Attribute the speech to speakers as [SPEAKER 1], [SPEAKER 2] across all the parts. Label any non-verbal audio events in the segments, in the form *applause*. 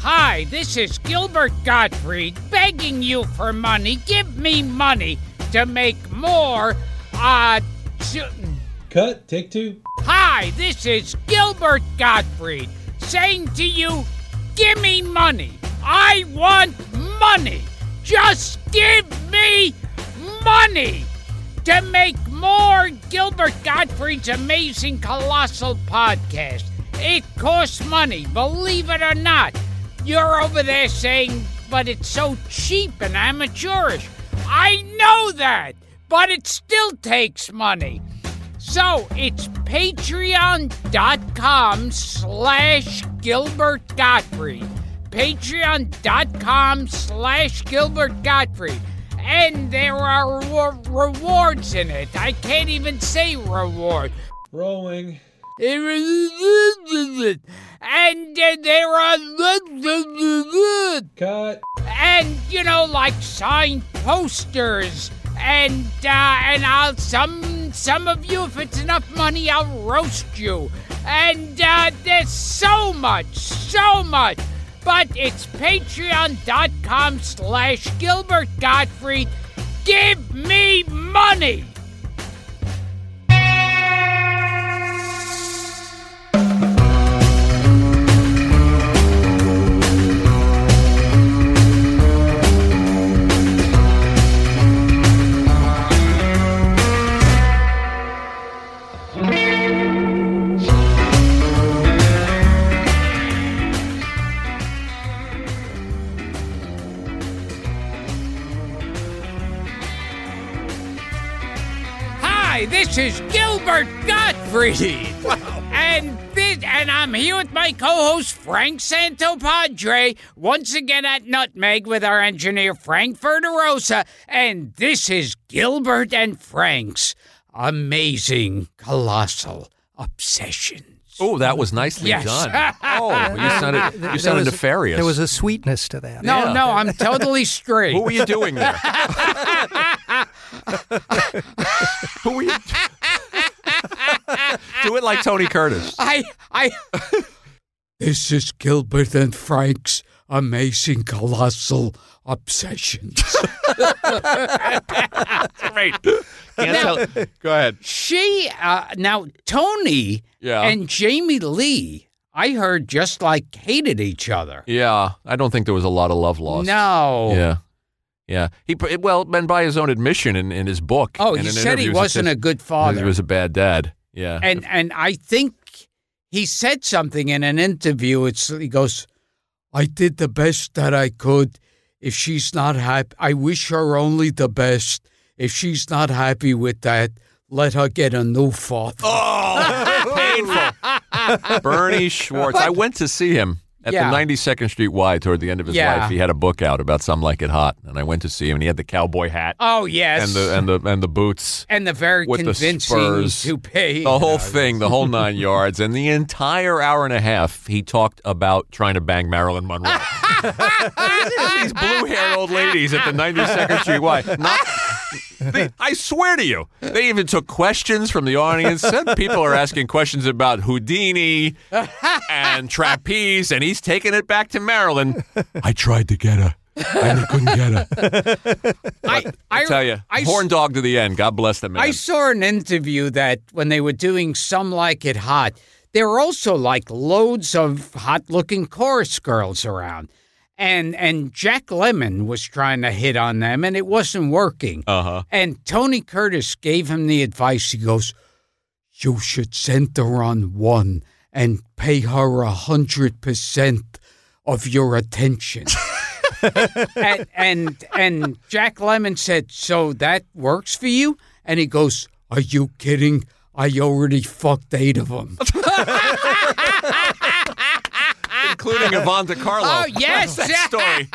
[SPEAKER 1] Hi, this is Gilbert Gottfried begging you for money. Give me money to make more. Uh. Ju-
[SPEAKER 2] Cut. Take two.
[SPEAKER 1] Hi, this is Gilbert Gottfried saying to you, give me money. I want money. Just give me money to make more Gilbert Gottfried's amazing colossal podcast. It costs money, believe it or not. You're over there saying, but it's so cheap and amateurish. I know that, but it still takes money. So it's patreon.com slash Gilbert Gottfried. Patreon.com slash Gilbert Gottfried. And there are re- rewards in it. I can't even say reward.
[SPEAKER 2] Rolling.
[SPEAKER 1] And uh, there *laughs* are
[SPEAKER 2] Cut.
[SPEAKER 1] and you know, like signed posters, and uh, and I'll some some of you, if it's enough money, I'll roast you, and uh, there's so much, so much, but it's Patreon.com/slash Gilbert Gottfried. Give me money. Hi, this is Gilbert Gottfried. And this, and I'm here with my co-host Frank Santopadre, once again at Nutmeg with our engineer Frank Verderosa, and this is Gilbert and Frank's amazing colossal obsessions.
[SPEAKER 3] Oh, that was nicely
[SPEAKER 1] Yes.
[SPEAKER 3] done.
[SPEAKER 1] *laughs*
[SPEAKER 3] Oh, you sounded you
[SPEAKER 4] There
[SPEAKER 3] sounded
[SPEAKER 4] was-
[SPEAKER 3] nefarious.
[SPEAKER 4] There was a sweetness to that.
[SPEAKER 1] No,
[SPEAKER 3] Yeah.
[SPEAKER 1] no, I'm totally
[SPEAKER 3] *laughs*
[SPEAKER 1] straight.
[SPEAKER 3] What were you
[SPEAKER 1] *laughs*
[SPEAKER 3] doing there? Who were you? Do it like Tony Curtis.
[SPEAKER 1] I, I. *laughs* this is Gilbert and Frank's amazing colossal *laughs* obsessions.
[SPEAKER 3] Great. Can't tell. Go ahead.
[SPEAKER 1] She uh, now Tony
[SPEAKER 3] Yeah.
[SPEAKER 1] and Jamie Lee. I heard just like hated each other.
[SPEAKER 3] Yeah, I don't think there was a lot of love lost.
[SPEAKER 1] No.
[SPEAKER 3] Yeah. Yeah. He pr- well, and by his own admission in, in his book.
[SPEAKER 1] Oh,
[SPEAKER 3] and
[SPEAKER 1] he
[SPEAKER 3] in
[SPEAKER 1] said he
[SPEAKER 3] interviews,
[SPEAKER 1] wasn't a
[SPEAKER 3] said
[SPEAKER 1] good
[SPEAKER 3] He
[SPEAKER 1] father,
[SPEAKER 3] was a bad dad. Yeah.
[SPEAKER 1] and and I think he said something in an interview. It's he goes, "I did the best that I could. If she's not happy, I wish her only the best. If she's not happy with that, let her get a new father."
[SPEAKER 3] Oh, *laughs* painful. Bernie Schwartz. I went to see him at
[SPEAKER 1] Yeah.
[SPEAKER 3] the 92nd Street Y toward the end of his
[SPEAKER 1] Yeah.
[SPEAKER 3] life. He had a book out about Some Like It Hot, and I went to see him, and he had the cowboy hat
[SPEAKER 1] Oh yes,
[SPEAKER 3] and the and the and the boots.
[SPEAKER 1] and the very
[SPEAKER 3] with the
[SPEAKER 1] convincing
[SPEAKER 3] spurs.
[SPEAKER 1] toupee.
[SPEAKER 3] The whole thing, the whole nine *laughs* yards, and the entire hour and a half, he talked about trying to bang
[SPEAKER 1] *laughs*
[SPEAKER 3] Marilyn Monroe. These blue-haired old ladies at the 92nd Street Y. Not, they, I swear to you, they even took questions from the audience. Said people are asking questions about Houdini and trapeze, and he's taking it back to Marilyn. I tried to get her. And I couldn't get her.
[SPEAKER 1] I,
[SPEAKER 3] I tell you,
[SPEAKER 1] I,
[SPEAKER 3] horn dog to the end. God bless them, man.
[SPEAKER 1] I saw an interview that when they were doing Some Like It Hot, there were also like loads of hot looking chorus girls around. And and Jack Lemon was trying to hit on them and it wasn't working.
[SPEAKER 3] uh-huh.
[SPEAKER 1] And Tony Curtis gave him the advice. He goes, You should center on one and pay her a hundred percent of your attention. and, and and Jack Lemon said, So that works for you? And he goes, Are you kidding? I already fucked eight of them.
[SPEAKER 3] including Yvonne Carlo.
[SPEAKER 1] Oh, yes.
[SPEAKER 3] *laughs*
[SPEAKER 1] *laughs*
[SPEAKER 3] that story.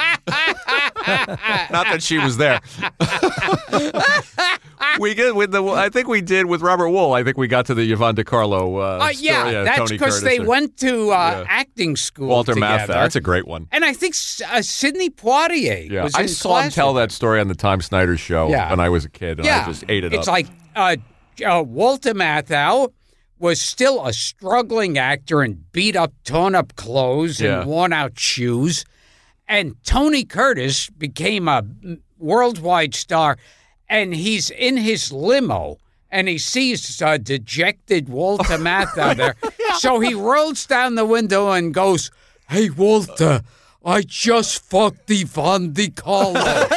[SPEAKER 3] Not that she was there. we get with the. I think we did with Robert Wool. I think we got to the Yvonne DiCarlo. Uh,
[SPEAKER 1] Oh,
[SPEAKER 3] story
[SPEAKER 1] yeah,
[SPEAKER 3] of
[SPEAKER 1] that's
[SPEAKER 3] Tony
[SPEAKER 1] because
[SPEAKER 3] Curtis
[SPEAKER 1] they
[SPEAKER 3] and
[SPEAKER 1] went to uh,
[SPEAKER 3] Yeah.
[SPEAKER 1] acting school.
[SPEAKER 3] Walter Matthau.
[SPEAKER 1] together.
[SPEAKER 3] That's a great one.
[SPEAKER 1] and I think S- uh, Sidney Poitier.
[SPEAKER 3] Yeah,
[SPEAKER 1] was
[SPEAKER 3] I
[SPEAKER 1] in
[SPEAKER 3] saw him
[SPEAKER 1] class
[SPEAKER 3] tell
[SPEAKER 1] with
[SPEAKER 3] that story on the Tom Snyder show
[SPEAKER 1] Yeah.
[SPEAKER 3] when I was a kid, and
[SPEAKER 1] yeah,
[SPEAKER 3] I just ate it
[SPEAKER 1] it's
[SPEAKER 3] up.
[SPEAKER 1] like uh, uh, Walter Matthau, was still a struggling actor in beat up, torn up clothes and
[SPEAKER 3] Yeah.
[SPEAKER 1] worn out shoes. And Tony Curtis became a worldwide star, and he's in his limo. And he sees uh, dejected
[SPEAKER 3] *laughs*
[SPEAKER 1] Walter Matthau there. So he rolls down the window and goes, Hey, Walter, I just fucked Yvonne
[SPEAKER 3] *laughs*
[SPEAKER 1] DiCarlo.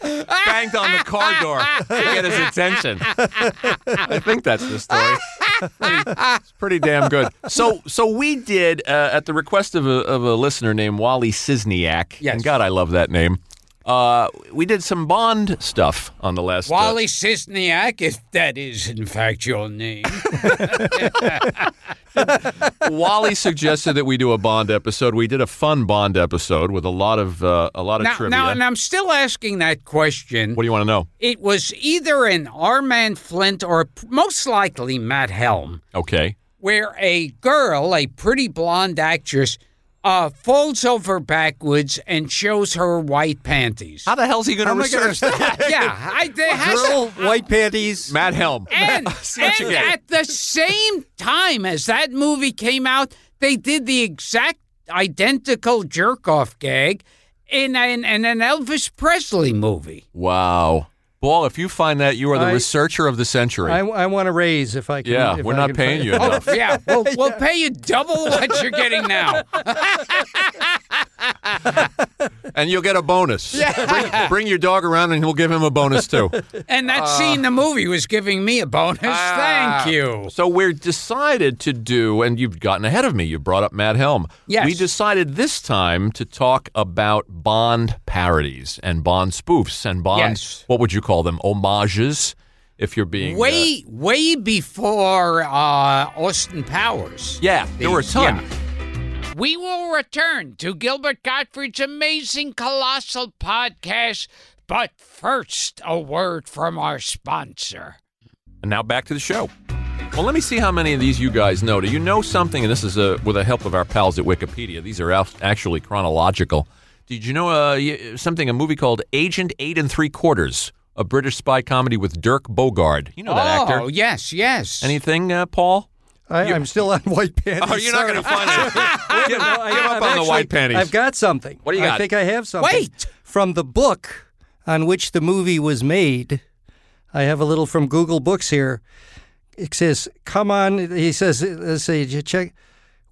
[SPEAKER 3] banged on the car door to get his attention. I think that's the story. Pretty- it's pretty damn good. So, so we did uh, at the request of a, of a listener named Wally Sizniak.
[SPEAKER 1] Yes.
[SPEAKER 3] And God, I love that name. Uh, we did some Bond stuff on the last. uh,
[SPEAKER 1] Wally Cisniak, if that is in fact your name.
[SPEAKER 3] *laughs* Wally suggested that we do a Bond episode. We did a fun Bond episode with a lot of uh, a lot of
[SPEAKER 1] now,
[SPEAKER 3] trivia.
[SPEAKER 1] now, and I'm still asking that question.
[SPEAKER 3] what do you want to know?
[SPEAKER 1] It was either in Armand Flint or p- most likely Matt Helm,
[SPEAKER 3] Okay.
[SPEAKER 1] where a girl, a pretty blonde actress, uh, falls over backwards and shows her white panties.
[SPEAKER 3] How the hell's he going
[SPEAKER 1] Oh
[SPEAKER 3] to
[SPEAKER 4] am I gonna
[SPEAKER 3] research that?
[SPEAKER 1] yeah, I, there has to-
[SPEAKER 4] Girl, white panties.
[SPEAKER 3] Matt Helm.
[SPEAKER 1] *laughs* And,
[SPEAKER 3] Snatch
[SPEAKER 1] and
[SPEAKER 3] again.
[SPEAKER 1] at the same time as that movie came out, they did the exact identical jerk off gag in an, in an Elvis Presley movie.
[SPEAKER 3] Wow. Ball, if you find that, you are the
[SPEAKER 4] I-
[SPEAKER 3] researcher of the century.
[SPEAKER 4] I, I want to raise if I can.
[SPEAKER 3] yeah,
[SPEAKER 4] if
[SPEAKER 3] we're
[SPEAKER 4] I
[SPEAKER 3] not
[SPEAKER 4] can
[SPEAKER 3] paying
[SPEAKER 4] find-
[SPEAKER 3] you
[SPEAKER 4] *laughs*
[SPEAKER 3] enough.
[SPEAKER 1] *laughs* Yeah, *laughs* we'll, we'll pay you double what you're getting now.
[SPEAKER 3] and you'll get a bonus. Bring, bring your dog around and he'll give him a bonus
[SPEAKER 4] *laughs*
[SPEAKER 3] too.
[SPEAKER 1] And that scene in the movie was giving me a bonus.
[SPEAKER 3] Ah.
[SPEAKER 1] Thank you.
[SPEAKER 3] So we're decided to do, and you've gotten ahead of me. You brought up Matt Helm.
[SPEAKER 1] Yes.
[SPEAKER 3] We decided this time to talk about Bond parodies and Bond spoofs and Bond,
[SPEAKER 1] Yes.
[SPEAKER 3] what would you call them? Homages, if you're being. uh,
[SPEAKER 1] Way, way before uh, Austin Powers.
[SPEAKER 3] yeah, there were a ton.
[SPEAKER 1] Yeah. We will return to Gilbert Gottfried's amazing colossal podcast, but first, a word from our sponsor.
[SPEAKER 3] And now back to the show. Well, let me see how many of these you guys know. Do you know something? And this is uh with the help of our pals at Wikipedia. These are al- actually chronological. Did you know uh, y- something? A movie called Agent Eight and Three Quarters, a British spy comedy with Dirk Bogarde. You know that
[SPEAKER 1] Oh,
[SPEAKER 3] actor.
[SPEAKER 1] yes, yes.
[SPEAKER 3] Anything, uh, Paul?
[SPEAKER 4] I, I'm still on white panties.
[SPEAKER 3] Oh, you're not going to find it. *laughs* give,
[SPEAKER 4] No, I-
[SPEAKER 3] give up
[SPEAKER 4] I've
[SPEAKER 3] on the white
[SPEAKER 4] actually-
[SPEAKER 3] panties.
[SPEAKER 4] I've got something.
[SPEAKER 3] What do you got?
[SPEAKER 4] I think I have something.
[SPEAKER 1] Wait!
[SPEAKER 4] From the book on which the movie was made, I have a little from Google Books here. It says, "Come on," he says, "Let's say you check.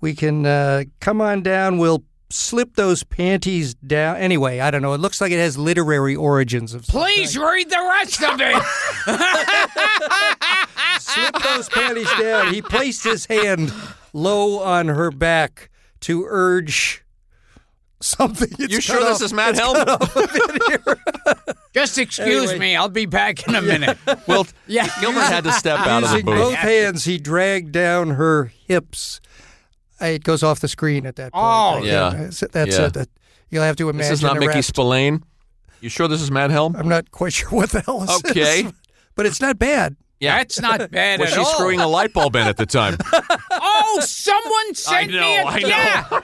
[SPEAKER 4] We can uh, come on down. We'll slip those panties down." Anyway, I don't know. It looks like it has literary origins of. some
[SPEAKER 1] Please read the rest of
[SPEAKER 3] *laughs*
[SPEAKER 1] it.
[SPEAKER 4] slip those panties down. He placed his hand low on her back to urge something. It's
[SPEAKER 3] you sure
[SPEAKER 4] cut
[SPEAKER 3] this
[SPEAKER 4] off.
[SPEAKER 3] is Matt Helm?
[SPEAKER 1] Just excuse
[SPEAKER 4] Anyway.
[SPEAKER 1] me. I'll be back
[SPEAKER 3] *laughs*
[SPEAKER 1] in a minute.
[SPEAKER 3] *laughs* Well,
[SPEAKER 1] Yeah.
[SPEAKER 3] Gilbert had to step out of the
[SPEAKER 4] Using
[SPEAKER 3] booth.
[SPEAKER 4] both hands, he dragged down her hips. Uh, It goes off the screen at that point.
[SPEAKER 1] Oh.
[SPEAKER 4] I can't-
[SPEAKER 3] Yeah.
[SPEAKER 4] that's- That's
[SPEAKER 3] Yeah.
[SPEAKER 4] it. That- You'll have to imagine. Uh,
[SPEAKER 3] This is not
[SPEAKER 4] a
[SPEAKER 3] Mickey
[SPEAKER 4] rat-
[SPEAKER 3] Spillane. You sure this is Matt Helm?
[SPEAKER 4] I'm not quite *laughs* sure what the hell this
[SPEAKER 3] Okay.
[SPEAKER 4] is, but it's not bad.
[SPEAKER 3] Yeah.
[SPEAKER 1] That's not bad
[SPEAKER 3] Was
[SPEAKER 1] at
[SPEAKER 3] she
[SPEAKER 4] Oh.
[SPEAKER 1] all.
[SPEAKER 3] screwing a light bulb in at the
[SPEAKER 4] *laughs*
[SPEAKER 3] time?
[SPEAKER 1] Oh, someone sent me a,
[SPEAKER 3] know, *laughs* I know,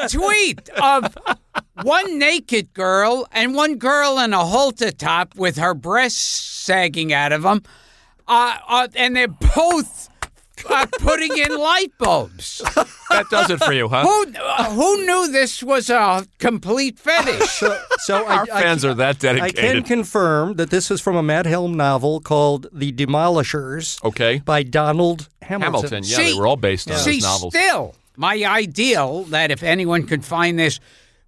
[SPEAKER 1] yeah, a tweet of one naked girl and one girl in a halter top with her breasts sagging out of them, uh, uh, and they're both uh, putting in light bulbs.
[SPEAKER 3] That does it for you, huh?
[SPEAKER 1] Who uh, who knew this was a complete fetish?
[SPEAKER 4] So, so I,
[SPEAKER 3] Our
[SPEAKER 4] I
[SPEAKER 3] fans are that
[SPEAKER 4] I can
[SPEAKER 3] dedicated.
[SPEAKER 4] confirm that this is from a Matt Helm novel called The Demolishers
[SPEAKER 3] okay.
[SPEAKER 4] by Donald
[SPEAKER 3] Hamilton. Yeah,
[SPEAKER 1] See-
[SPEAKER 3] they were all based on
[SPEAKER 1] See,
[SPEAKER 3] his novels.
[SPEAKER 1] still, my ideal that if anyone could find this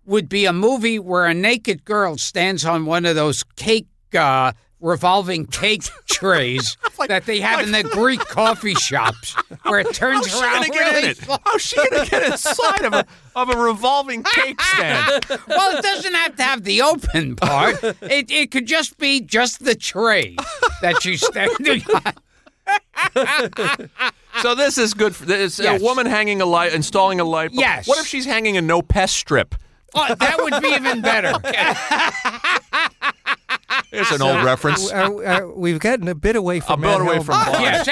[SPEAKER 1] would be a movie where a naked girl stands on one of those cake uh, revolving
[SPEAKER 3] *laughs*
[SPEAKER 1] cake trays that they have in the Greek coffee shops, where it turns
[SPEAKER 3] How's she
[SPEAKER 1] around.
[SPEAKER 3] gonna get
[SPEAKER 1] really
[SPEAKER 3] in it?
[SPEAKER 1] slow.
[SPEAKER 3] How's she gonna get inside of a of a revolving cake stand?
[SPEAKER 1] *laughs* Well, it doesn't have to have the open part. It it could just be just the tray that she's standing
[SPEAKER 3] *laughs*
[SPEAKER 1] on.
[SPEAKER 3] *laughs* So this is good. For, it's
[SPEAKER 1] Yes.
[SPEAKER 3] a woman hanging a light, installing a light. bulb.
[SPEAKER 1] Yes.
[SPEAKER 3] What if she's hanging a no pest strip?
[SPEAKER 1] Oh, that would be even better.
[SPEAKER 3] It's an old reference.
[SPEAKER 4] Are- are- we've gotten a bit away from.
[SPEAKER 3] I'm going
[SPEAKER 4] Matt
[SPEAKER 3] away
[SPEAKER 4] Helm.
[SPEAKER 3] from Bond.
[SPEAKER 1] Yes.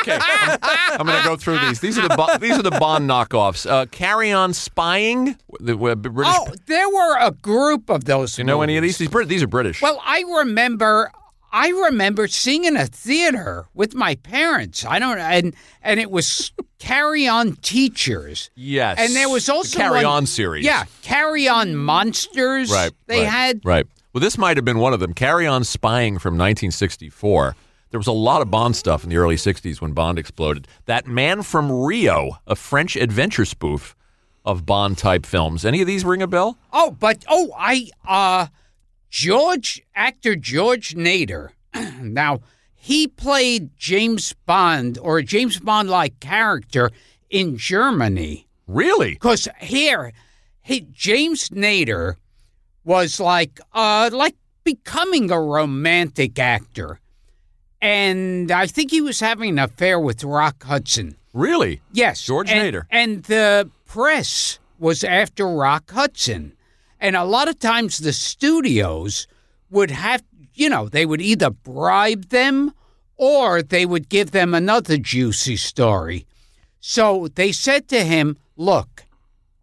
[SPEAKER 3] Okay, I'm, I'm going to go through these. These are the Bo- these are the Bond knockoffs. Uh, Carry on spying. The, the British.
[SPEAKER 1] Oh, there Oh, were a group of those.
[SPEAKER 3] you know any of these? These, Brit- these are British.
[SPEAKER 1] Well, I remember I remember seeing in a theater with my parents. I don't and and it
[SPEAKER 3] *laughs*
[SPEAKER 1] was Carry On Teachers.
[SPEAKER 3] Yes.
[SPEAKER 1] And there was
[SPEAKER 3] The
[SPEAKER 1] also
[SPEAKER 3] Carry
[SPEAKER 1] one-
[SPEAKER 3] On series.
[SPEAKER 1] Yeah, Carry On Monsters.
[SPEAKER 3] Right.
[SPEAKER 1] They
[SPEAKER 3] right,
[SPEAKER 1] had
[SPEAKER 3] Right. Well, this might have been one of them. Carry On Spying from 1964. There was a lot of Bond stuff in the early 60s when Bond exploded. That Man from Rio, a French adventure spoof of Bond type films. Any of these ring a bell?
[SPEAKER 1] Oh, but oh, I uh George actor George Nader. *clears throat* now, he played James Bond or a James Bond like character in Germany.
[SPEAKER 3] Really?
[SPEAKER 1] Cuz here he, James Nader was like uh like becoming a romantic actor. And I think he was having an affair with Rock Hudson.
[SPEAKER 3] Really?
[SPEAKER 1] Yes.
[SPEAKER 3] George
[SPEAKER 1] and,
[SPEAKER 3] Nader.
[SPEAKER 1] And the press was after Rock Hudson. And a lot of times the studios would have, you know, they would either bribe them or they would give them another juicy story. So they said to him, look,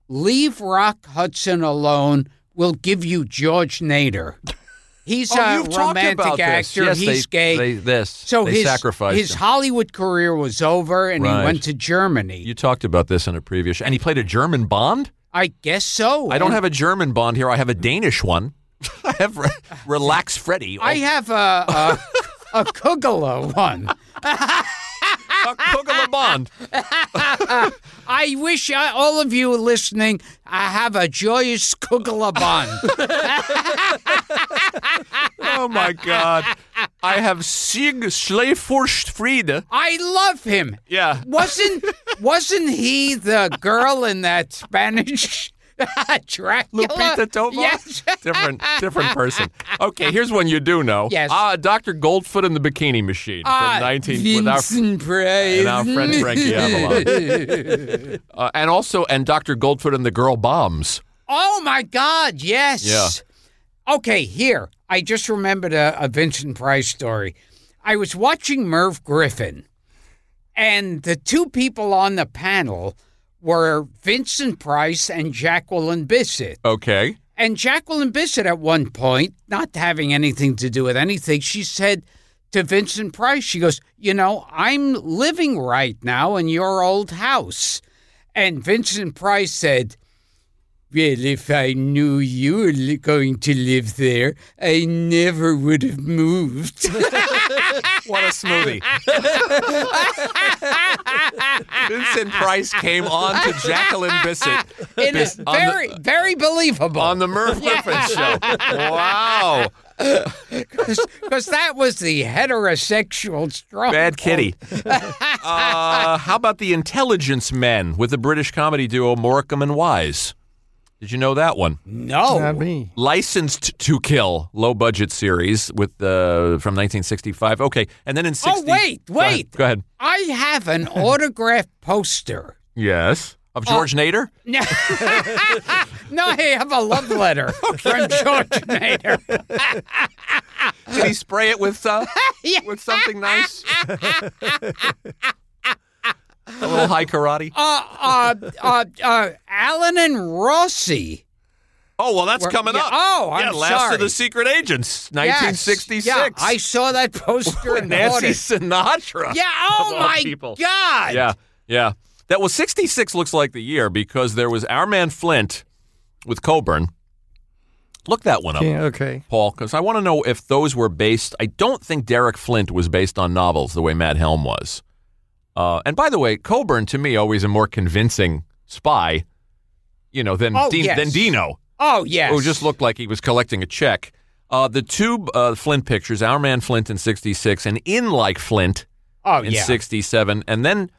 [SPEAKER 1] leave Rock Hudson alone. We'll give you George Nader. He's
[SPEAKER 3] *laughs* Oh,
[SPEAKER 1] a
[SPEAKER 3] you've talked
[SPEAKER 1] romantic
[SPEAKER 3] about this.
[SPEAKER 1] actor.
[SPEAKER 3] Yes,
[SPEAKER 1] He's
[SPEAKER 3] they,
[SPEAKER 1] gay.
[SPEAKER 3] They, this.
[SPEAKER 1] so
[SPEAKER 3] they
[SPEAKER 1] his,
[SPEAKER 3] sacrificed
[SPEAKER 1] his
[SPEAKER 3] him.
[SPEAKER 1] Hollywood career was over and
[SPEAKER 3] Right.
[SPEAKER 1] he went to Germany.
[SPEAKER 3] You talked about this in a previous show. And he played a German Bond?
[SPEAKER 1] I guess so.
[SPEAKER 3] I don't
[SPEAKER 1] And
[SPEAKER 3] have a German Bond here. I have a Danish one. *laughs* I have re- Relax Freddy. Oh,
[SPEAKER 1] I have a a, a Kugala one.
[SPEAKER 3] a
[SPEAKER 1] *laughs*
[SPEAKER 3] Kugala Bond.
[SPEAKER 1] I wish I, all of you listening, I have a joyous Kugala
[SPEAKER 3] *laughs*
[SPEAKER 1] bond.
[SPEAKER 3] Oh my God. I have Sig Schleifurst Friede.
[SPEAKER 1] I love him.
[SPEAKER 3] Yeah.
[SPEAKER 1] Wasn't wasn't he the girl in that Spanish *laughs* Dracula?
[SPEAKER 3] Lupita Tova?
[SPEAKER 1] Yes.
[SPEAKER 3] different, different person. Okay, here's one you do know.
[SPEAKER 1] Yes.
[SPEAKER 3] Ah, Dr. Goldfoot and the Bikini Machine
[SPEAKER 1] Ah,
[SPEAKER 3] from 19... with our-
[SPEAKER 1] Vincent Price.
[SPEAKER 3] and our friend
[SPEAKER 1] *laughs*
[SPEAKER 3] Frankie Avalon. uh, and also, and Dr. Goldfoot and the Girl Bombs.
[SPEAKER 1] Oh my God, yes. Okay, here. I just remembered a, a Vincent Price story. I was watching Merv Griffin, and the two people on the panel were Vincent Price and Jacqueline Bissett.
[SPEAKER 3] Okay.
[SPEAKER 1] And Jacqueline Bissett, at one point, not having anything to do with anything, she said to Vincent Price, she goes, You know, I'm living right now in your old house. And Vincent Price said, Well, if I knew you were li- going to live there, I never would have
[SPEAKER 3] *laughs*
[SPEAKER 1] moved.
[SPEAKER 3] What a smoothie.
[SPEAKER 1] *laughs*
[SPEAKER 3] Vincent Price came on to Jacqueline Bissett
[SPEAKER 1] In a
[SPEAKER 3] Bis- on the-
[SPEAKER 1] very, very believable. *laughs*
[SPEAKER 3] on the Merv Griffin show. Wow.
[SPEAKER 1] Because that was the heterosexual strong. *laughs*
[SPEAKER 3] Bad kitty. Uh, how about the Intelligence Men with the British comedy duo Morecambe and Wise? Did you know that one?
[SPEAKER 1] Oh, No.
[SPEAKER 4] Not me.
[SPEAKER 3] Licensed to Kill, low budget series with uh, from 1965. Okay, and then in
[SPEAKER 1] Oh,
[SPEAKER 3] 60.
[SPEAKER 1] wait,
[SPEAKER 3] Go ahead.
[SPEAKER 1] wait.
[SPEAKER 3] Go ahead.
[SPEAKER 1] I have an autographed poster.
[SPEAKER 3] Yes. Of
[SPEAKER 1] Oh.
[SPEAKER 3] George Nader?
[SPEAKER 1] no, *laughs* I have a love letter
[SPEAKER 3] *laughs*
[SPEAKER 1] from George Nader.
[SPEAKER 3] Did he spray it
[SPEAKER 1] *laughs*
[SPEAKER 3] with uh, with something nice? a little high karate.
[SPEAKER 1] Uh, uh, uh, uh, Alan and Rossi.
[SPEAKER 3] Oh well, that's
[SPEAKER 1] Where-
[SPEAKER 3] coming
[SPEAKER 1] yeah,
[SPEAKER 3] up.
[SPEAKER 1] oh,
[SPEAKER 3] yeah,
[SPEAKER 1] I'm
[SPEAKER 3] Last
[SPEAKER 1] sorry.
[SPEAKER 3] of the Secret Agents,
[SPEAKER 1] Yes.
[SPEAKER 3] 1966.
[SPEAKER 1] Yeah, I saw that
[SPEAKER 3] *laughs*
[SPEAKER 1] poster
[SPEAKER 3] with
[SPEAKER 1] in
[SPEAKER 3] Nancy
[SPEAKER 1] order.
[SPEAKER 3] Sinatra.
[SPEAKER 1] Yeah, oh
[SPEAKER 3] all
[SPEAKER 1] my
[SPEAKER 3] people.
[SPEAKER 1] God.
[SPEAKER 3] yeah, yeah. That was 66. Looks like the year because there was our man Flint with Coburn. Look that one up.
[SPEAKER 4] Yeah, okay.
[SPEAKER 3] Paul, because I want to know if those were based. I don't think Derek Flint was based on novels the way Matt Helm was. Uh, and by the way, Coburn to me always a more convincing spy, you know, than
[SPEAKER 1] Oh,
[SPEAKER 3] Dean-
[SPEAKER 1] yes.
[SPEAKER 3] than Dino,
[SPEAKER 1] Oh, yes.
[SPEAKER 3] who just looked like he was collecting a check. Uh, the two uh, Flint pictures, Our Man Flint in '66 and In Like Flint
[SPEAKER 1] oh,
[SPEAKER 3] in
[SPEAKER 1] yeah.
[SPEAKER 3] '67, and then.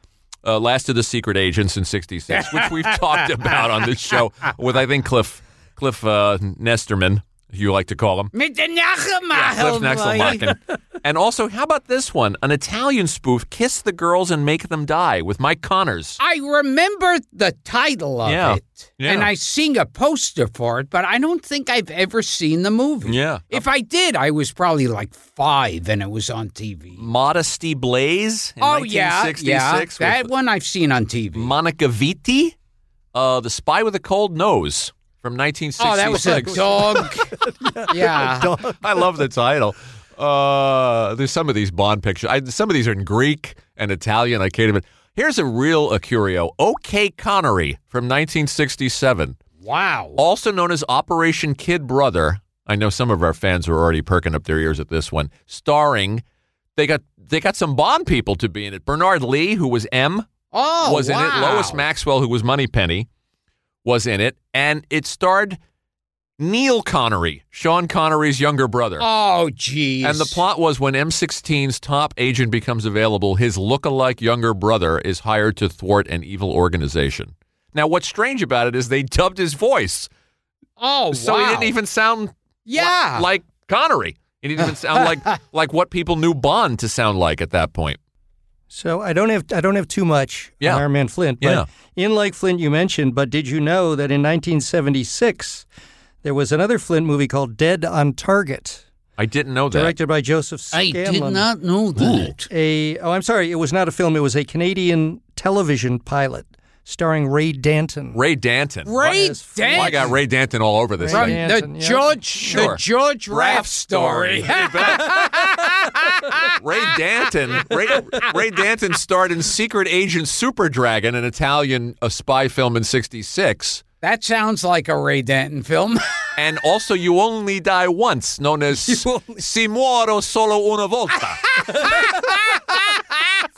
[SPEAKER 3] Uh, Last of the Secret Agents in '66, which
[SPEAKER 1] *laughs*
[SPEAKER 3] we've talked about on this show with, I think Cliff Cliff uh, Nesterman, you like to call him.
[SPEAKER 1] Mit der
[SPEAKER 3] Cliff
[SPEAKER 1] Nachemahl.
[SPEAKER 3] Naxalmachen. and also, how about this one? An Italian spoof, Kiss the Girls and Make Them Die with Mike Connors.
[SPEAKER 1] *laughs* I remember the title of
[SPEAKER 3] Yeah.
[SPEAKER 1] it,
[SPEAKER 3] Yeah.
[SPEAKER 1] and I seen a poster for it, but I don't think I've ever seen the movie.
[SPEAKER 3] Yeah.
[SPEAKER 1] If I did, I was probably like five, and it was on TV.
[SPEAKER 3] Modesty Blaze in
[SPEAKER 1] oh yeah,
[SPEAKER 3] 1966
[SPEAKER 1] yeah.
[SPEAKER 3] with
[SPEAKER 1] That one I've seen on TV.
[SPEAKER 3] Monica Vitti, uh, The Spy with a Cold Nose from
[SPEAKER 1] oh, that
[SPEAKER 3] 1966. *laughs*
[SPEAKER 1] was a dog. *laughs* yeah.
[SPEAKER 3] I love the title. Uh, there's some of these Bond pictures. I, some of these are in Greek and Italian. I can't even. Here's a real a curio. O.K. Connery from 1967,
[SPEAKER 1] Wow.
[SPEAKER 3] also known as Operation Kid Brother. I know some of our fans are already perking up their ears at this one. Starring, they got they got some Bond people to be in it. Bernard Lee, who was M,
[SPEAKER 1] Oh,
[SPEAKER 3] was in it.
[SPEAKER 1] wow.
[SPEAKER 3] Lois Maxwell, who was Moneypenny, was in it, and it starred Neil Connery, Sean Connery's younger brother.
[SPEAKER 1] Oh, geez.
[SPEAKER 3] And the plot was when M16's top agent becomes available, his look-alike younger brother is hired to thwart an evil organization. Now, what's strange about it is they dubbed his voice,
[SPEAKER 1] Oh,
[SPEAKER 3] so
[SPEAKER 1] wow.
[SPEAKER 3] he didn't even sound
[SPEAKER 1] Yeah.
[SPEAKER 3] li- like Connery. He didn't even
[SPEAKER 1] *laughs*
[SPEAKER 3] sound like like what people knew Bond to sound like at that point.
[SPEAKER 4] So I don't have I don't have too much
[SPEAKER 3] Yeah.
[SPEAKER 4] on Iron Man Flint, but
[SPEAKER 3] Yeah.
[SPEAKER 4] in like Flint you mentioned, but did you know that in 1976 there was another Flint movie called Dead on Target,
[SPEAKER 3] I didn't know that.
[SPEAKER 4] directed by Joseph
[SPEAKER 1] I
[SPEAKER 4] Scanlon.
[SPEAKER 1] did not know that.
[SPEAKER 4] A oh I'm sorry, it was not a film, it was a Canadian television pilot starring Ray Danton.
[SPEAKER 3] Ray Danton.
[SPEAKER 1] Ray
[SPEAKER 4] Yes,
[SPEAKER 3] Well, I got
[SPEAKER 1] Danton
[SPEAKER 3] Ray Danton all over this
[SPEAKER 1] from
[SPEAKER 3] thing.
[SPEAKER 4] Danton,
[SPEAKER 1] the
[SPEAKER 4] yeah.
[SPEAKER 1] George
[SPEAKER 3] Sure.
[SPEAKER 1] the George Raft
[SPEAKER 3] Raft
[SPEAKER 1] story. *laughs*
[SPEAKER 3] Ray Danton.
[SPEAKER 1] *laughs*
[SPEAKER 3] Ray, Ray Danton starred in Secret Agent Super Dragon, an Italian a spy film in '66,
[SPEAKER 1] that sounds like a Ray Danton film. *laughs*
[SPEAKER 3] and also You Only Die Once, known as Si Muoro Solo
[SPEAKER 1] *laughs*
[SPEAKER 3] Una Volta.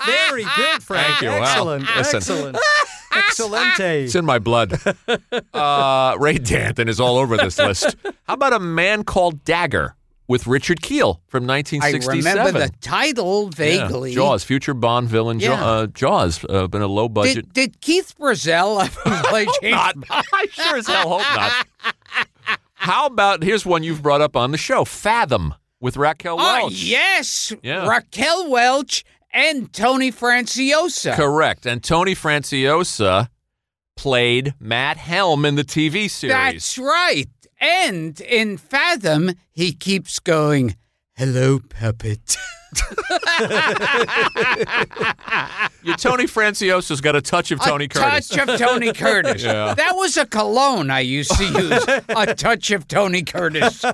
[SPEAKER 4] Very good, Frank.
[SPEAKER 3] Thank you. Wow.
[SPEAKER 4] Excellent.
[SPEAKER 3] Listen.
[SPEAKER 4] Excellent.
[SPEAKER 3] *laughs* It's
[SPEAKER 4] Excellente.
[SPEAKER 3] in my blood. Uh, Ray Danton is all over this list.
[SPEAKER 1] *laughs*
[SPEAKER 3] How about a man called Dagger with Richard Keel from
[SPEAKER 1] I
[SPEAKER 3] 1967?
[SPEAKER 1] remember the title
[SPEAKER 3] Yeah,
[SPEAKER 1] vaguely.
[SPEAKER 3] Jaws, future Bond villain. Jaw-
[SPEAKER 1] Yeah.
[SPEAKER 3] uh, Jaws, uh, been a
[SPEAKER 1] *laughs*
[SPEAKER 3] low budget.
[SPEAKER 1] Did, did Keith Brazell ever
[SPEAKER 3] *laughs*
[SPEAKER 1] play James?
[SPEAKER 3] not. I sure as hell hope not. How about here's one you've brought up on the show, Fathom with Raquel
[SPEAKER 1] Oh
[SPEAKER 3] Welch.
[SPEAKER 1] yes,
[SPEAKER 3] Yeah.
[SPEAKER 1] Raquel Welch and Tony Franciosa.
[SPEAKER 3] Correct. And Tony Franciosa played Matt Helm in the TV series.
[SPEAKER 1] That's right. And in Fathom, he keeps going, "Hello, puppet."
[SPEAKER 3] Your Tony Franciosa's got a touch of *laughs* Tony
[SPEAKER 1] a
[SPEAKER 3] Curtis.
[SPEAKER 1] touch of
[SPEAKER 3] *laughs*
[SPEAKER 1] Tony Curtis.
[SPEAKER 3] Yeah.
[SPEAKER 1] That was a cologne I used to use.
[SPEAKER 3] *laughs*
[SPEAKER 1] a touch of Tony Curtis.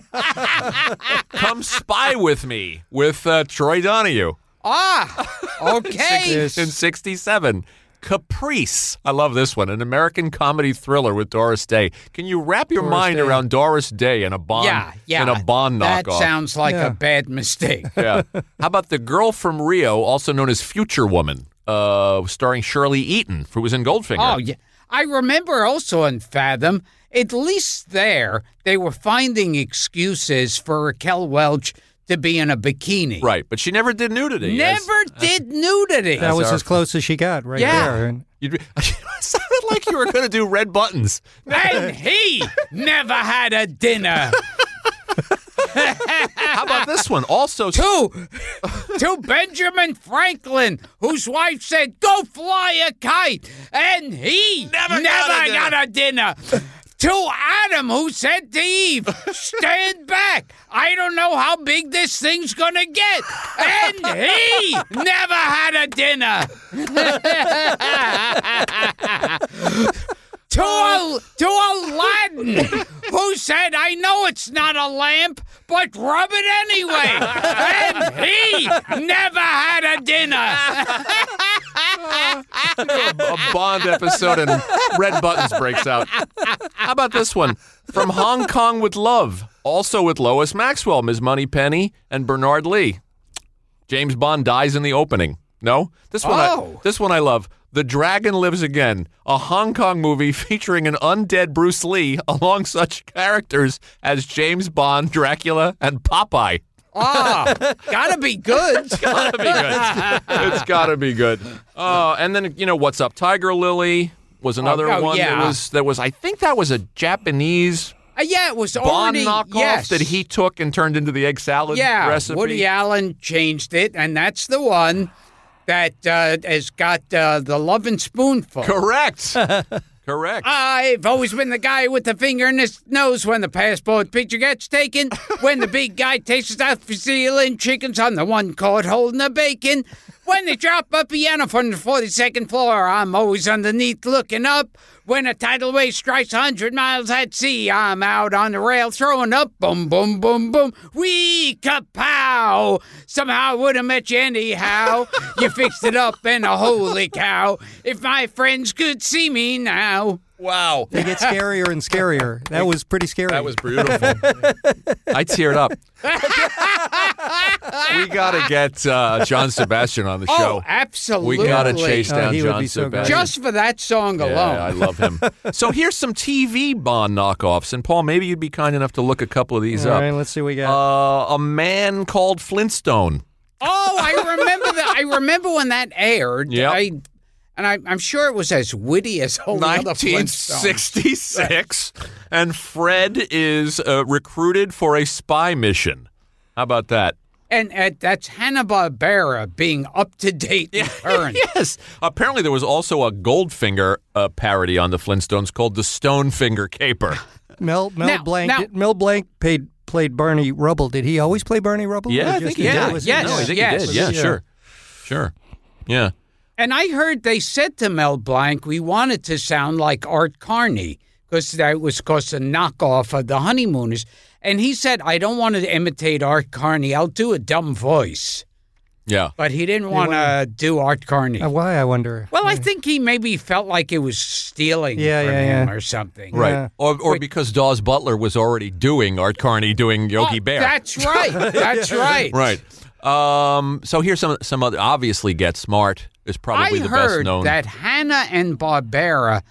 [SPEAKER 3] Come spy with me with uh, Troy Donahue *laughs*
[SPEAKER 1] Ah, okay.
[SPEAKER 4] Yes.
[SPEAKER 3] in '67. Caprice. I love this one. An American comedy thriller with Doris Day. Can you wrap your mind around Doris Day and a Bond
[SPEAKER 1] Yeah, yeah.
[SPEAKER 3] and a Bond
[SPEAKER 1] that
[SPEAKER 3] knockoff?
[SPEAKER 1] sounds like
[SPEAKER 4] Yeah.
[SPEAKER 1] a bad mistake.
[SPEAKER 3] yeah. How about the girl from Rio, also known as Future Woman, uh, starring Shirley Eaton, who was in Goldfinger?
[SPEAKER 1] Oh, yeah. I remember also in Fathom, at least there, they were finding excuses for Raquel Welch to be in a bikini.
[SPEAKER 3] right. But she never did nudity. Yes.
[SPEAKER 1] Never did nudity.
[SPEAKER 4] That was
[SPEAKER 3] our-
[SPEAKER 4] as close as she got right
[SPEAKER 1] Yeah.
[SPEAKER 4] there. And
[SPEAKER 3] You'd be- *laughs* it sounded like you were going to do red buttons.
[SPEAKER 1] and he never had a dinner.
[SPEAKER 3] How about this one? Also,
[SPEAKER 1] to to Benjamin Franklin, whose wife said, "Go fly a kite," and he
[SPEAKER 3] Never got a dinner.
[SPEAKER 1] got a dinner. To Adam, who said to Eve, "Stand back! I don't know how big this thing's gonna get," and he never had a dinner. *laughs*
[SPEAKER 3] Uh,
[SPEAKER 1] to Al- to Aladdin, who said, "I know it's not a lamp, but rub it anyway," and he never had a dinner.
[SPEAKER 3] a Bond episode and red buttons breaks out. How about this one? From Hong Kong with Love, also with Lois Maxwell, Ms. Money Penny, and Bernard Lee. James Bond dies in the opening. No? This one
[SPEAKER 1] Oh.
[SPEAKER 3] I, this one I love. The Dragon Lives Again, a Hong Kong movie featuring an undead Bruce Lee along such characters as James Bond, Dracula, and Popeye.
[SPEAKER 1] Ah, gotta be good.
[SPEAKER 3] *laughs* gotta
[SPEAKER 1] *laughs*
[SPEAKER 3] be good. It's gotta be good. Uh, and then you know what's up? Tiger Lily was another
[SPEAKER 1] oh,
[SPEAKER 3] one
[SPEAKER 1] yeah.
[SPEAKER 3] that was that was I think that was a Japanese
[SPEAKER 1] Uh, yeah, it was
[SPEAKER 3] Bond
[SPEAKER 1] already
[SPEAKER 3] knockoff
[SPEAKER 1] yes.
[SPEAKER 3] that he took and turned into the egg salad
[SPEAKER 1] yeah
[SPEAKER 3] recipe.
[SPEAKER 1] Woody Allen changed it, and that's the one that uh, has got uh, the love and spoonful. *laughs*
[SPEAKER 3] Correct. Correct.
[SPEAKER 1] Ah, I've always been the guy with the finger in his nose when the passport picture gets taken. When the big guy takes us out for stealing chickens, I'm the one caught holding the bacon. When they drop a piano from the 42nd floor, I'm always underneath looking up. When a tidal wave strikes 100 miles at sea, I'm out on the rail throwing up. Boom, boom, boom, boom. Wee kapow. Somehow I would have met you anyhow. You fixed it up, and a holy cow. If my friends could see me now.
[SPEAKER 3] Wow.
[SPEAKER 4] They get scarier
[SPEAKER 3] *laughs*
[SPEAKER 4] and scarier. That was pretty scary.
[SPEAKER 3] That was beautiful. I
[SPEAKER 1] *laughs*
[SPEAKER 3] teared up. we got to get uh, John Sebastian on the show.
[SPEAKER 1] Oh, absolutely.
[SPEAKER 3] we got to chase
[SPEAKER 4] Oh,
[SPEAKER 3] down
[SPEAKER 4] he would
[SPEAKER 3] John
[SPEAKER 4] be so good.
[SPEAKER 3] Sebastian.
[SPEAKER 1] Just for that song alone.
[SPEAKER 3] Yeah, I love *laughs* him. so here's some TV Bond knockoffs. And Paul, maybe you'd be kind enough to look a couple of these
[SPEAKER 4] All
[SPEAKER 3] up.
[SPEAKER 4] right, let's see what we got.
[SPEAKER 3] Uh, a man called Flintstone.
[SPEAKER 1] Oh, I remember that. I remember when that aired.
[SPEAKER 3] Yep.
[SPEAKER 1] I, and I, I'm sure it was as witty as holding out the Flintstones.
[SPEAKER 3] 1966. and Fred is uh, recruited for a spy mission. How about that?
[SPEAKER 1] And, and that's Hanna Barbera being up to date and
[SPEAKER 3] *laughs*
[SPEAKER 1] current.
[SPEAKER 3] Yes. Apparently, there was also a Goldfinger uh, parody on the Flintstones called the Stonefinger Caper.
[SPEAKER 4] Mel Mel
[SPEAKER 1] Now-
[SPEAKER 4] Blanc
[SPEAKER 1] now-
[SPEAKER 4] did, Mel Blanc paid, played Barney Rubble. Did he always play Barney Rubble?
[SPEAKER 3] Yeah,
[SPEAKER 4] Or
[SPEAKER 3] I
[SPEAKER 4] just
[SPEAKER 3] think
[SPEAKER 4] in
[SPEAKER 3] he
[SPEAKER 4] that-
[SPEAKER 3] did.
[SPEAKER 4] was
[SPEAKER 1] Yes,
[SPEAKER 3] no, I think
[SPEAKER 1] yes.
[SPEAKER 3] he did. Yeah,
[SPEAKER 4] Yeah.
[SPEAKER 3] sure. Sure. Yeah.
[SPEAKER 1] And I heard they said to Mel Blanc, we wanted to sound like Art Carney because that was, of course, a knockoff of The Honeymooners. And he said, I don't want to imitate Art Carney. I'll do a dumb voice.
[SPEAKER 3] Yeah.
[SPEAKER 1] But he didn't want to do Art Carney.
[SPEAKER 4] Uh, why I wonder.
[SPEAKER 1] Well, I think he maybe felt like it was stealing
[SPEAKER 4] Yeah,
[SPEAKER 1] from
[SPEAKER 4] yeah,
[SPEAKER 1] him
[SPEAKER 4] yeah.
[SPEAKER 1] or something.
[SPEAKER 3] Right.
[SPEAKER 4] Yeah.
[SPEAKER 3] Or, or because Dawes Butler was already doing Art Carney doing Yogi
[SPEAKER 1] Oh,
[SPEAKER 3] Bear. *laughs*
[SPEAKER 1] That's right. That's right.
[SPEAKER 3] right. Um, so here's some some other. Obviously, Get Smart is probably
[SPEAKER 1] I
[SPEAKER 3] the best
[SPEAKER 1] heard
[SPEAKER 3] known.
[SPEAKER 1] that Hannah and Barbera,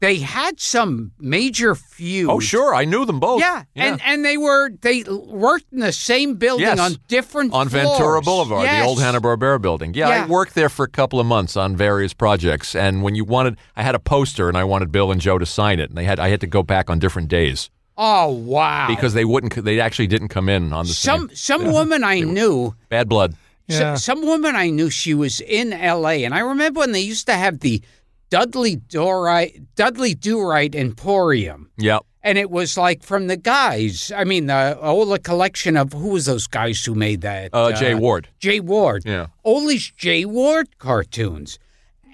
[SPEAKER 1] they had some major feud.
[SPEAKER 3] oh, sure. I knew them both.
[SPEAKER 1] Yeah. And and they were they worked in the same building
[SPEAKER 3] Yes.
[SPEAKER 1] on different
[SPEAKER 3] on Ventura
[SPEAKER 1] floors.
[SPEAKER 3] Boulevard,
[SPEAKER 1] Yes.
[SPEAKER 3] the old Hanna Barbera building. Yeah,
[SPEAKER 1] Yeah.
[SPEAKER 3] I worked there for a couple of months on various projects, and when you wanted, I had a poster, and I wanted Bill and Joe to sign it, and they had I had to go back on different days
[SPEAKER 1] Oh wow.
[SPEAKER 3] because they wouldn't, they actually didn't come in on the
[SPEAKER 1] some
[SPEAKER 3] same
[SPEAKER 1] some woman I knew
[SPEAKER 3] bad blood.
[SPEAKER 1] So-
[SPEAKER 4] Yeah.
[SPEAKER 1] some woman I knew, she was in L.A. And I remember when they used to have the Dudley Dorite, Dudley Do Right Emporium,
[SPEAKER 3] Yeah,
[SPEAKER 1] and it was like from the guys. I mean, the whole collection of who was those guys who made that?
[SPEAKER 3] uh, Jay Ward.
[SPEAKER 1] Jay Ward.
[SPEAKER 3] Yeah.
[SPEAKER 1] All these Jay Ward cartoons,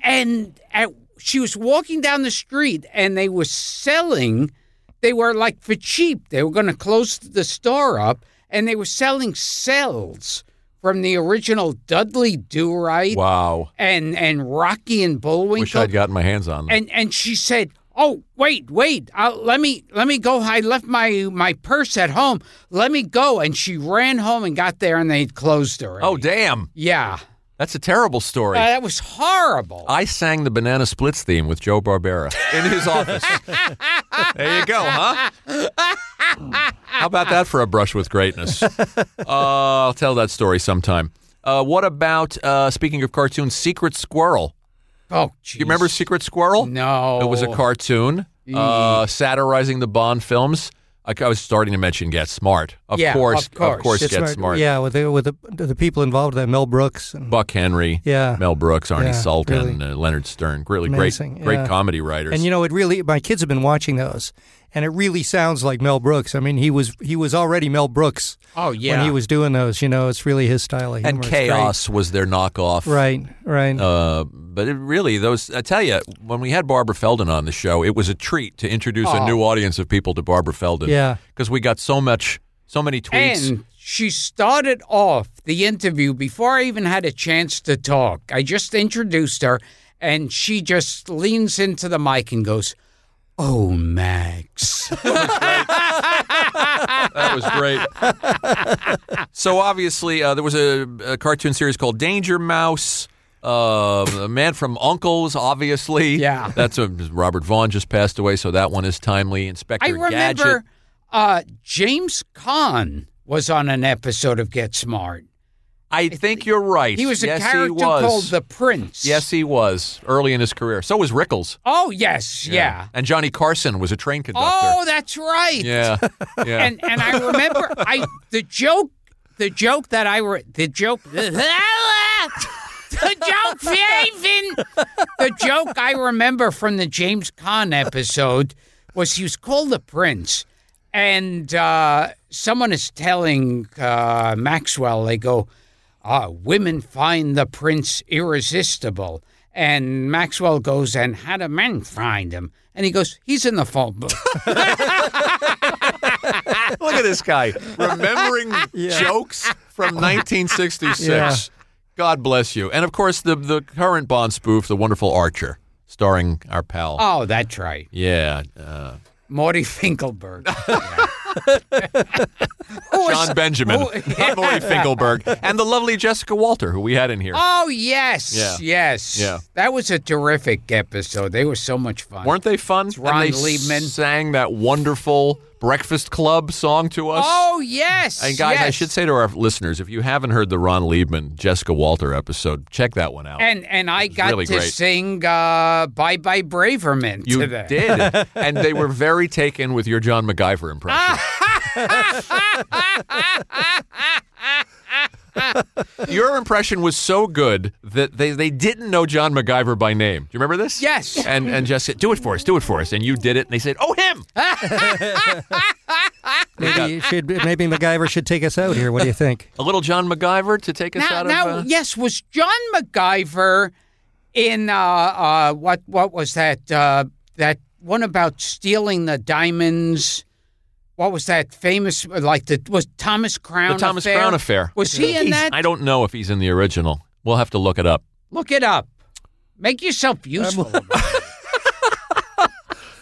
[SPEAKER 1] and at, she was walking down the street, and they were selling. They were like for cheap. They were going to close the store up, and they were selling cells from the original Dudley Do Right
[SPEAKER 3] Wow,
[SPEAKER 1] and and Rocky and Bullwinkle.
[SPEAKER 3] wish I'd gotten my hands on them.
[SPEAKER 1] and and she said. Oh wait, wait! i let me let me go. I left my my purse at home. Let me go. And she ran home and got there, and they had closed her.
[SPEAKER 3] oh, damn,
[SPEAKER 1] yeah.
[SPEAKER 3] that's a terrible story.
[SPEAKER 1] Uh, that was horrible.
[SPEAKER 3] I sang the Banana Splits theme with Joe Barbera in
[SPEAKER 1] *laughs*
[SPEAKER 3] his office. there you go, huh? How about that for a brush
[SPEAKER 1] *laughs*
[SPEAKER 3] with greatness? Uh, I'll tell that story sometime. Uh, what about uh, speaking of cartoons, Secret Squirrel?
[SPEAKER 1] oh,
[SPEAKER 3] Do you remember Secret Squirrel?
[SPEAKER 1] No.
[SPEAKER 3] It was a cartoon uh, satirizing the Bond films. I, I was starting to mention Get Smart. Of
[SPEAKER 1] Yeah,
[SPEAKER 3] course,
[SPEAKER 1] of course.
[SPEAKER 3] Get, Smart.
[SPEAKER 4] Yeah, with the, with the, the people involved, with that Mel Brooks and
[SPEAKER 3] Buck Henry,
[SPEAKER 4] Yeah.
[SPEAKER 3] Mel Brooks, Arnie
[SPEAKER 4] Yeah,
[SPEAKER 3] Sultan, uh, Leonard Stern, really
[SPEAKER 4] Amazing,
[SPEAKER 3] great, great
[SPEAKER 4] yeah.
[SPEAKER 3] comedy writers.
[SPEAKER 4] And you know, it really my kids have been watching those, and it really sounds like Mel Brooks. I mean, he was he was already Mel Brooks
[SPEAKER 1] Oh yeah.
[SPEAKER 4] when he was doing those. You know, it's really his style of humor.
[SPEAKER 3] and
[SPEAKER 4] It's great.
[SPEAKER 3] chaos was their knockoff.
[SPEAKER 4] Right, right.
[SPEAKER 3] Uh, but it really, those I tell you, when we had Barbara Feldon on the show, it was a treat to introduce a new audience of people to Barbara Feldon.
[SPEAKER 4] Yeah.
[SPEAKER 3] because we got so much, so many tweets.
[SPEAKER 1] and she started off the interview before I even had a chance to talk. I just introduced her, and she just leans into the mic and goes, "Oh,
[SPEAKER 3] *laughs*
[SPEAKER 1] Max."
[SPEAKER 3] that was great. so obviously, uh, there was a, a cartoon series called Danger Mouse. Uh, the man from Uncle's, obviously.
[SPEAKER 1] Yeah.
[SPEAKER 3] that's a, Robert Vaughn just passed away, so that one is timely. Inspector
[SPEAKER 1] I remember
[SPEAKER 3] Gadget.
[SPEAKER 1] uh, James Caan was on an episode of Get Smart.
[SPEAKER 3] I think you're right.
[SPEAKER 1] He was a
[SPEAKER 3] yes,
[SPEAKER 1] character
[SPEAKER 3] he was.
[SPEAKER 1] called the Prince.
[SPEAKER 3] Yes, he was early in his career. So was Rickles.
[SPEAKER 1] Oh yes. Yeah.
[SPEAKER 3] And Johnny Carson was a train conductor.
[SPEAKER 1] Oh, that's right.
[SPEAKER 3] yeah.
[SPEAKER 1] *laughs*
[SPEAKER 3] Yeah.
[SPEAKER 1] and and I remember I the joke the joke that I re- the joke *laughs* the joke Faven the joke I remember from the James Caan episode was he was called the Prince and uh, someone is telling uh, Maxwell they go uh, women find the prince irresistible. And Maxwell goes, and how do men find him? And he goes, he's in the phone book.
[SPEAKER 3] Look at this guy *laughs* remembering jokes *laughs* from 1966.
[SPEAKER 4] Yeah.
[SPEAKER 3] God bless you. And of course, the the current Bond spoof, The Wonderful Archer, starring our pal.
[SPEAKER 1] oh, that's right.
[SPEAKER 3] Yeah, uh,
[SPEAKER 1] Morty *laughs* Finkelberg.
[SPEAKER 3] John Benjamin,
[SPEAKER 1] who-
[SPEAKER 3] *laughs* not Morty Finkelberg, and the lovely Jessica Walter, who we had in here.
[SPEAKER 1] oh, yes.
[SPEAKER 3] Yeah.
[SPEAKER 1] Yes.
[SPEAKER 3] Yeah.
[SPEAKER 1] That was a terrific episode. They were so much fun.
[SPEAKER 3] Weren't they fun?
[SPEAKER 1] Ron
[SPEAKER 3] and they
[SPEAKER 1] Liebman.
[SPEAKER 3] sang that wonderful Breakfast Club song to us.
[SPEAKER 1] Oh, yes.
[SPEAKER 3] And guys, I
[SPEAKER 1] yes.
[SPEAKER 3] should say to our listeners, if you haven't heard the Ron Liebman Jessica Walter episode, check that one out.
[SPEAKER 1] And and I got
[SPEAKER 3] really
[SPEAKER 1] to
[SPEAKER 3] great.
[SPEAKER 1] sing uh, Bye Bye Braverman
[SPEAKER 3] you
[SPEAKER 1] today.
[SPEAKER 3] did,
[SPEAKER 1] *laughs*
[SPEAKER 3] and they were very taken with your John MacGyver impression. your impression was so good that they, they didn't know John MacGyver by name. Do you remember this?
[SPEAKER 1] Yes.
[SPEAKER 3] And and Jess said, "Do it for us, do it for us," and you did it, and they said, "Oh, him."
[SPEAKER 4] Maybe you should maybe MacGyver should take us out here. What do you
[SPEAKER 3] *laughs*
[SPEAKER 4] think?
[SPEAKER 3] A little John MacGyver to take us
[SPEAKER 1] Now,
[SPEAKER 3] out
[SPEAKER 1] now
[SPEAKER 3] of. Uh,
[SPEAKER 1] yes, was John MacGyver in uh, uh, what what was that uh, that one about stealing the diamonds? What was that famous? Like the was Thomas Crown?
[SPEAKER 3] the Thomas
[SPEAKER 1] affair?
[SPEAKER 3] Crown affair.
[SPEAKER 1] Was he in
[SPEAKER 3] He's-
[SPEAKER 1] that?
[SPEAKER 3] I don't know if he's in the original. We'll have to look it up.
[SPEAKER 1] Look it up. Make yourself
[SPEAKER 4] *laughs*
[SPEAKER 1] useful.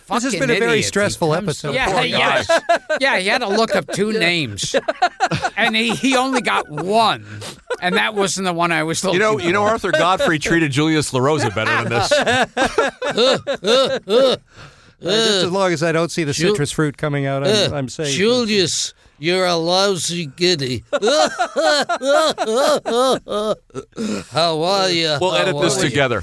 [SPEAKER 4] This has been a very stressful episode.
[SPEAKER 1] Yeah, yes. *laughs* yeah, he had to look up two names, and he, he only got one, and that wasn't the one I was looking.
[SPEAKER 3] You know,
[SPEAKER 1] *laughs*
[SPEAKER 3] you know,
[SPEAKER 1] for.
[SPEAKER 3] Arthur Godfrey treated Julius LaRosa better than
[SPEAKER 1] *laughs*
[SPEAKER 3] this.
[SPEAKER 4] Uh, just as long as I don't see the citrus fruit coming out, I'm,
[SPEAKER 3] Uh,
[SPEAKER 4] I'm safe.
[SPEAKER 5] Julius, you're a lousy
[SPEAKER 1] *laughs*
[SPEAKER 5] giddy. How are
[SPEAKER 4] *laughs*
[SPEAKER 5] you?
[SPEAKER 3] We'll edit this together.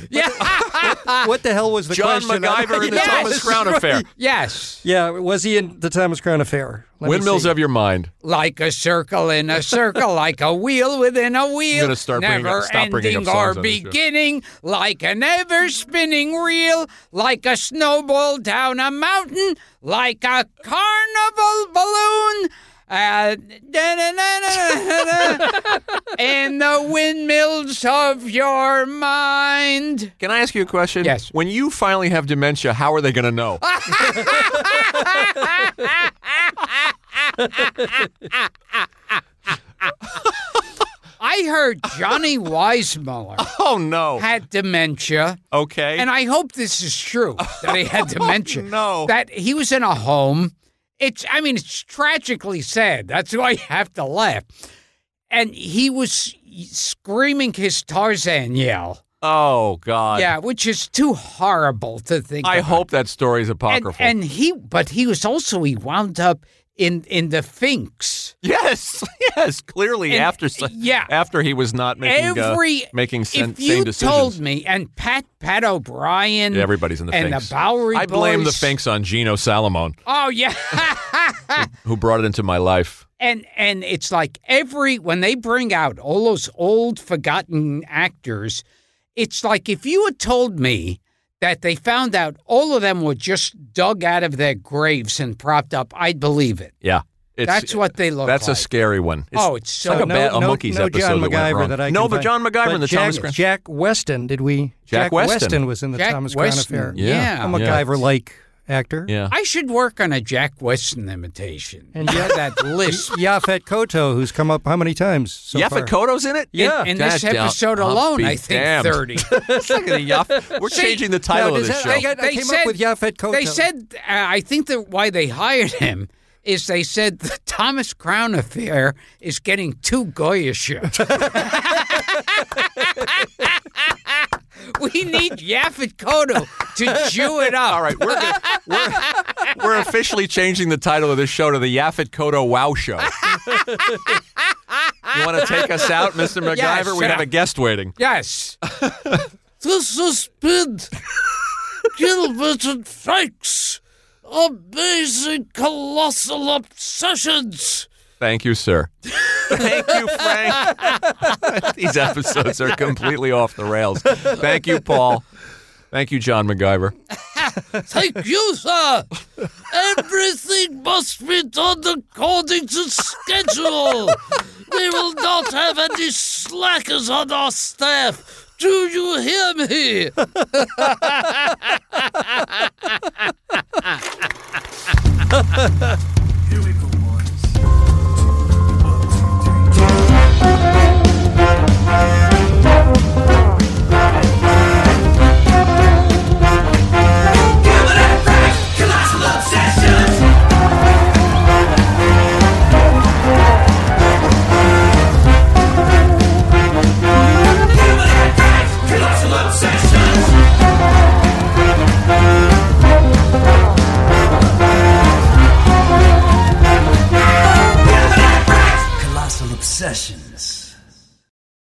[SPEAKER 4] what the hell was the
[SPEAKER 3] John
[SPEAKER 4] question?
[SPEAKER 3] MacGyver and the
[SPEAKER 1] Yes.
[SPEAKER 3] Thomas Crown affair.
[SPEAKER 1] Yes,
[SPEAKER 4] Yeah, was he in the Thomas Crown affair? Let me
[SPEAKER 3] Windmills
[SPEAKER 4] see.
[SPEAKER 3] of your mind.
[SPEAKER 1] like a circle in a circle, like a wheel within a wheel.
[SPEAKER 3] gonna start
[SPEAKER 1] never
[SPEAKER 3] bringing up- stop bringing up
[SPEAKER 1] ending
[SPEAKER 3] songs
[SPEAKER 1] or
[SPEAKER 3] on this show.
[SPEAKER 1] beginning, like an ever spinning reel, like a snowball down a mountain, like a carnival balloon. Uh, da-na-na-na-na-na-na, in the windmills of your mind.
[SPEAKER 3] Can I ask you a question?
[SPEAKER 1] Yes.
[SPEAKER 3] When you finally have dementia, how are they going
[SPEAKER 1] *laughs*
[SPEAKER 3] to know?
[SPEAKER 1] I heard Johnny Weissmuller
[SPEAKER 3] Oh no.
[SPEAKER 1] had dementia.
[SPEAKER 3] Okay.
[SPEAKER 1] And I hope this is
[SPEAKER 3] *laughs*
[SPEAKER 1] true that he had dementia.
[SPEAKER 3] no.
[SPEAKER 1] That he was in a home. It's, I mean, it's tragically sad. That's why you have to laugh. And he was screaming his Tarzan yell.
[SPEAKER 3] oh God.
[SPEAKER 1] Yeah, which is too horrible to think
[SPEAKER 3] I
[SPEAKER 1] about.
[SPEAKER 3] hope that story's
[SPEAKER 1] And,
[SPEAKER 3] apocryphal.
[SPEAKER 1] and he, but he was also, he wound up in, in the Finks.
[SPEAKER 3] yes, *laughs* yes. Clearly,
[SPEAKER 1] And-
[SPEAKER 3] after s-
[SPEAKER 1] yeah.
[SPEAKER 3] after he was not making uh,
[SPEAKER 1] Every-
[SPEAKER 3] making sen-
[SPEAKER 1] if you
[SPEAKER 3] sane decisions.
[SPEAKER 1] told me, and Pat, Pat O'Brien.
[SPEAKER 3] Yeah, everybody's in the
[SPEAKER 1] and
[SPEAKER 3] Finks.
[SPEAKER 1] the Bowery
[SPEAKER 3] I blame the
[SPEAKER 1] Boys.
[SPEAKER 3] Finks on Gino Salomon,
[SPEAKER 1] Oh, yeah. *laughs*
[SPEAKER 3] who brought it into my life.
[SPEAKER 1] and and it's like every when they bring out all those old forgotten actors it's like if you had told me that they found out all of them were just dug out of their graves and propped up i'd believe it
[SPEAKER 3] Yeah, it's,
[SPEAKER 1] that's what they look
[SPEAKER 3] That's
[SPEAKER 1] like
[SPEAKER 3] a scary one. It's
[SPEAKER 1] oh it's so
[SPEAKER 3] like a
[SPEAKER 4] no,
[SPEAKER 3] bad- a
[SPEAKER 4] no,
[SPEAKER 3] monkeys
[SPEAKER 4] no
[SPEAKER 3] episode
[SPEAKER 4] John
[SPEAKER 3] that went
[SPEAKER 4] MacGyver
[SPEAKER 3] wrong.
[SPEAKER 4] that I
[SPEAKER 3] No,
[SPEAKER 4] can
[SPEAKER 3] but
[SPEAKER 4] find.
[SPEAKER 3] John MacGyver
[SPEAKER 4] But
[SPEAKER 3] and the
[SPEAKER 4] Jack,
[SPEAKER 3] Thomas Crown-
[SPEAKER 4] Jack Weston, did we?
[SPEAKER 3] Jack Weston.
[SPEAKER 4] was in the
[SPEAKER 1] Jack
[SPEAKER 4] Thomas
[SPEAKER 1] Weston.
[SPEAKER 4] Crown affair.
[SPEAKER 1] Yeah.
[SPEAKER 4] A
[SPEAKER 1] Yeah.
[SPEAKER 4] MacGyver-like actor.
[SPEAKER 3] Yeah.
[SPEAKER 1] i should work on a jack weston imitation
[SPEAKER 4] And yet
[SPEAKER 1] that
[SPEAKER 3] *laughs*
[SPEAKER 1] lisp
[SPEAKER 4] Yafet Koto, who's come up how many times so
[SPEAKER 3] Yaphet
[SPEAKER 4] far?
[SPEAKER 3] Koto's in it?
[SPEAKER 4] Yeah.
[SPEAKER 1] in, in this
[SPEAKER 3] God damn-
[SPEAKER 1] episode
[SPEAKER 3] I'll
[SPEAKER 1] alone
[SPEAKER 3] be
[SPEAKER 1] i think
[SPEAKER 3] damned.
[SPEAKER 1] 30
[SPEAKER 3] *laughs* Look at the Yaphet- We're changing the title
[SPEAKER 4] No,
[SPEAKER 3] of
[SPEAKER 4] does
[SPEAKER 3] this
[SPEAKER 4] that- I,
[SPEAKER 3] show.
[SPEAKER 4] got, I
[SPEAKER 1] They
[SPEAKER 4] came
[SPEAKER 1] said-
[SPEAKER 4] up with Yafet Koto.
[SPEAKER 1] They said, uh, I think that why they hired him is they said the Thomas Crown affair is getting too Goya shit. we need Yaphet Koto to Jew it up.
[SPEAKER 3] All right, we're, gonna, we're we're officially changing the title of this show to the Yaphet Koto Wow Show. you want to take us out, Mr. MacGyver?
[SPEAKER 1] Yes,
[SPEAKER 3] we have
[SPEAKER 1] yeah.
[SPEAKER 3] a guest waiting.
[SPEAKER 1] Yes.
[SPEAKER 5] This has been Gilbert and Frank's amazing colossal obsessions.
[SPEAKER 3] Thank you, sir. Thank you, Frank. *laughs* These episodes are completely off the rails. Thank you, Paul. Thank you, John MacGyver.
[SPEAKER 5] Thank you, sir. Everything must be done according to schedule. We will not have any slack.
[SPEAKER 1] slackers on our staff. Do you hear me?